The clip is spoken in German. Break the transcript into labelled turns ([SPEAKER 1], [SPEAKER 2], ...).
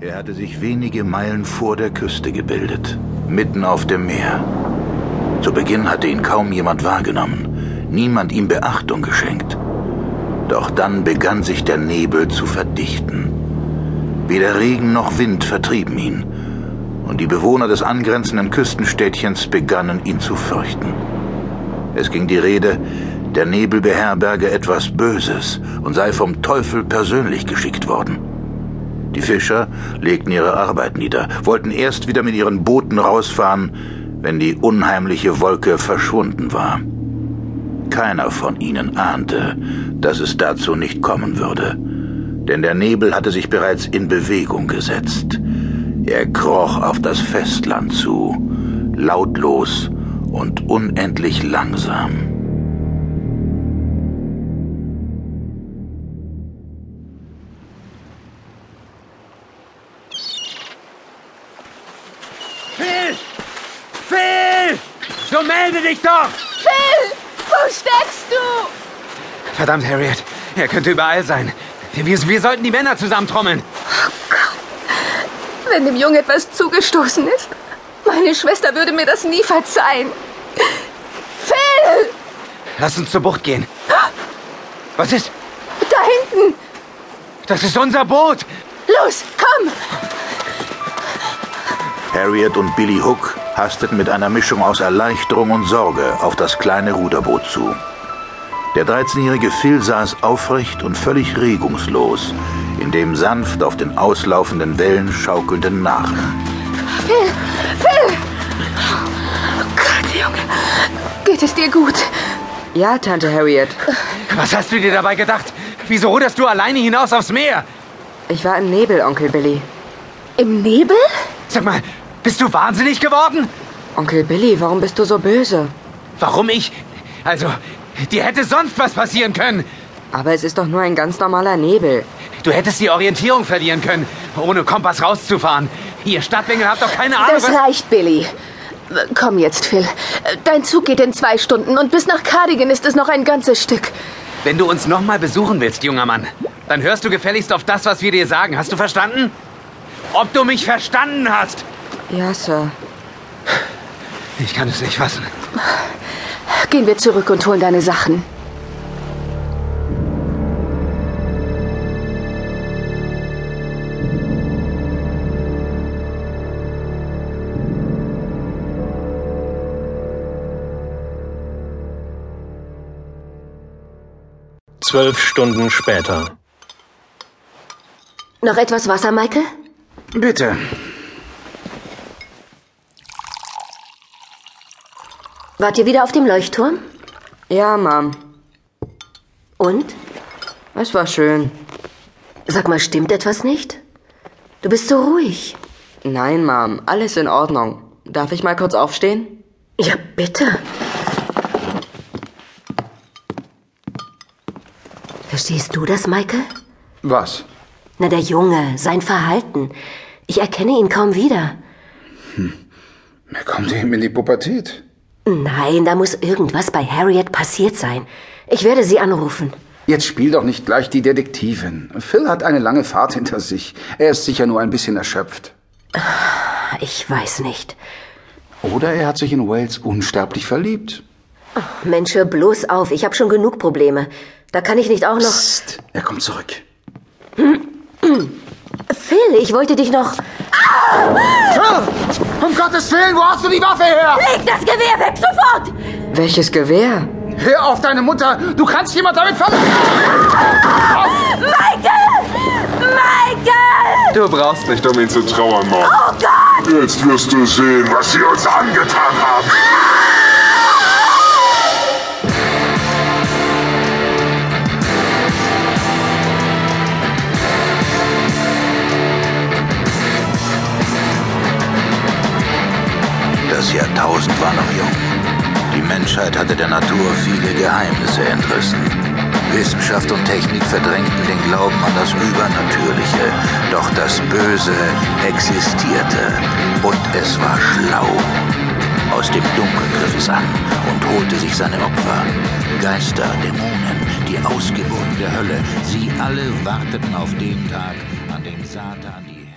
[SPEAKER 1] Er hatte sich wenige Meilen vor der Küste gebildet, mitten auf dem Meer. Zu Beginn hatte ihn kaum jemand wahrgenommen, niemand ihm Beachtung geschenkt. Doch dann begann sich der Nebel zu verdichten. Weder Regen noch Wind vertrieben ihn, und die Bewohner des angrenzenden Küstenstädtchens begannen ihn zu fürchten. Es ging die Rede, der Nebel beherberge etwas Böses und sei vom Teufel persönlich geschickt worden. Die Fischer legten ihre Arbeit nieder, wollten erst wieder mit ihren Booten rausfahren, wenn die unheimliche Wolke verschwunden war. Keiner von ihnen ahnte, dass es dazu nicht kommen würde, denn der Nebel hatte sich bereits in Bewegung gesetzt. Er kroch auf das Festland zu, lautlos und unendlich langsam.
[SPEAKER 2] Phil! Phil! So melde dich doch!
[SPEAKER 3] Phil, wo steckst du?
[SPEAKER 2] Verdammt, Harriet. Er könnte überall sein. Wir, wir sollten die Männer zusammentrommeln.
[SPEAKER 3] Wenn dem Jungen etwas zugestoßen ist, meine Schwester würde mir das nie verzeihen. Phil,
[SPEAKER 2] Lass uns zur Bucht gehen. Was ist?
[SPEAKER 3] da hinten,
[SPEAKER 2] Das ist unser Boot.
[SPEAKER 3] los, komm!
[SPEAKER 1] Harriet und Billy Hook hasteten mit einer Mischung aus Erleichterung und Sorge auf das kleine Ruderboot zu. Der 13-jährige Phil saß aufrecht und völlig regungslos in dem sanft auf den auslaufenden Wellen schaukelnden Nachen.
[SPEAKER 3] Phil, Phil! Oh Gott, Junge, geht es dir gut?
[SPEAKER 4] Ja, Tante Harriet.
[SPEAKER 2] Was hast du dir dabei gedacht? Wieso ruderst du alleine hinaus aufs Meer?
[SPEAKER 4] Ich war im Nebel, Onkel Billy.
[SPEAKER 3] Im Nebel?
[SPEAKER 2] Sag mal, bist du wahnsinnig geworden?
[SPEAKER 4] Onkel Billy, warum bist du so böse?
[SPEAKER 2] Warum ich? Also, dir hätte sonst was passieren können.
[SPEAKER 4] Aber es ist doch nur ein ganz normaler Nebel.
[SPEAKER 2] Du hättest die Orientierung verlieren können, ohne Kompass rauszufahren. Ihr Stadtbengel habt doch keine Ahnung.
[SPEAKER 3] Das reicht, Billy. Komm jetzt, Phil. Dein Zug geht in zwei Stunden und bis nach Cardigan ist es noch ein ganzes Stück.
[SPEAKER 2] Wenn du uns nochmal besuchen willst, junger Mann, dann hörst du gefälligst auf das, was wir dir sagen. Hast du verstanden? Ob du mich verstanden hast?
[SPEAKER 4] Ja, Sir.
[SPEAKER 2] Ich kann es nicht fassen.
[SPEAKER 3] Gehen wir zurück und holen deine Sachen.
[SPEAKER 5] Zwölf Stunden später.
[SPEAKER 3] Noch etwas Wasser, Michael?
[SPEAKER 2] Bitte.
[SPEAKER 3] Wart ihr wieder auf dem Leuchtturm?
[SPEAKER 4] Ja, Mom.
[SPEAKER 3] Und?
[SPEAKER 4] Es war schön.
[SPEAKER 3] Sag mal, stimmt etwas nicht? Du bist so ruhig.
[SPEAKER 4] Nein, Mom. Alles in Ordnung. Darf ich mal kurz aufstehen?
[SPEAKER 3] Ja, bitte.
[SPEAKER 6] Verstehst du das, Michael?
[SPEAKER 7] Was?
[SPEAKER 6] Na, der Junge, sein Verhalten. Ich erkenne ihn kaum wieder.
[SPEAKER 7] Hm. Er kommt eben in die Pubertät.
[SPEAKER 6] Nein, da muss irgendwas bei Harriet passiert sein. Ich werde sie anrufen.
[SPEAKER 7] Jetzt spiel doch nicht gleich die Detektivin. Phil hat eine lange Fahrt hinter sich. Er ist sicher nur ein bisschen erschöpft.
[SPEAKER 6] Ich weiß nicht.
[SPEAKER 7] Oder er hat sich in Wales unsterblich verliebt.
[SPEAKER 6] Mensch, hör bloß auf. Ich habe schon genug Probleme. Da kann ich nicht auch noch.
[SPEAKER 7] Psst, er kommt zurück.
[SPEAKER 6] Phil, ich wollte dich noch.
[SPEAKER 7] Ah! Um Gottes Willen, wo hast du die Waffe her?
[SPEAKER 6] Leg das Gewehr weg, sofort!
[SPEAKER 4] Welches Gewehr?
[SPEAKER 7] Hör auf deine Mutter! Du kannst jemand damit verletzen!
[SPEAKER 8] Du brauchst nicht, um ihn zu trauern, Mom. Oh Gott! Jetzt wirst du sehen, was sie uns angetan haben.
[SPEAKER 1] Das Jahrtausend war noch jung. Die Menschheit hatte der Natur viele Geheimnisse entrissen. Wissenschaft und Technik verdrängten den Glauben an das Übernatürliche. Doch das Böse existierte und es war schlau. Aus dem Dunkeln griff es an und holte sich seine Opfer. Geister, Dämonen, die Ausgeburten der Hölle, sie alle warteten auf den Tag, an dem Satan die...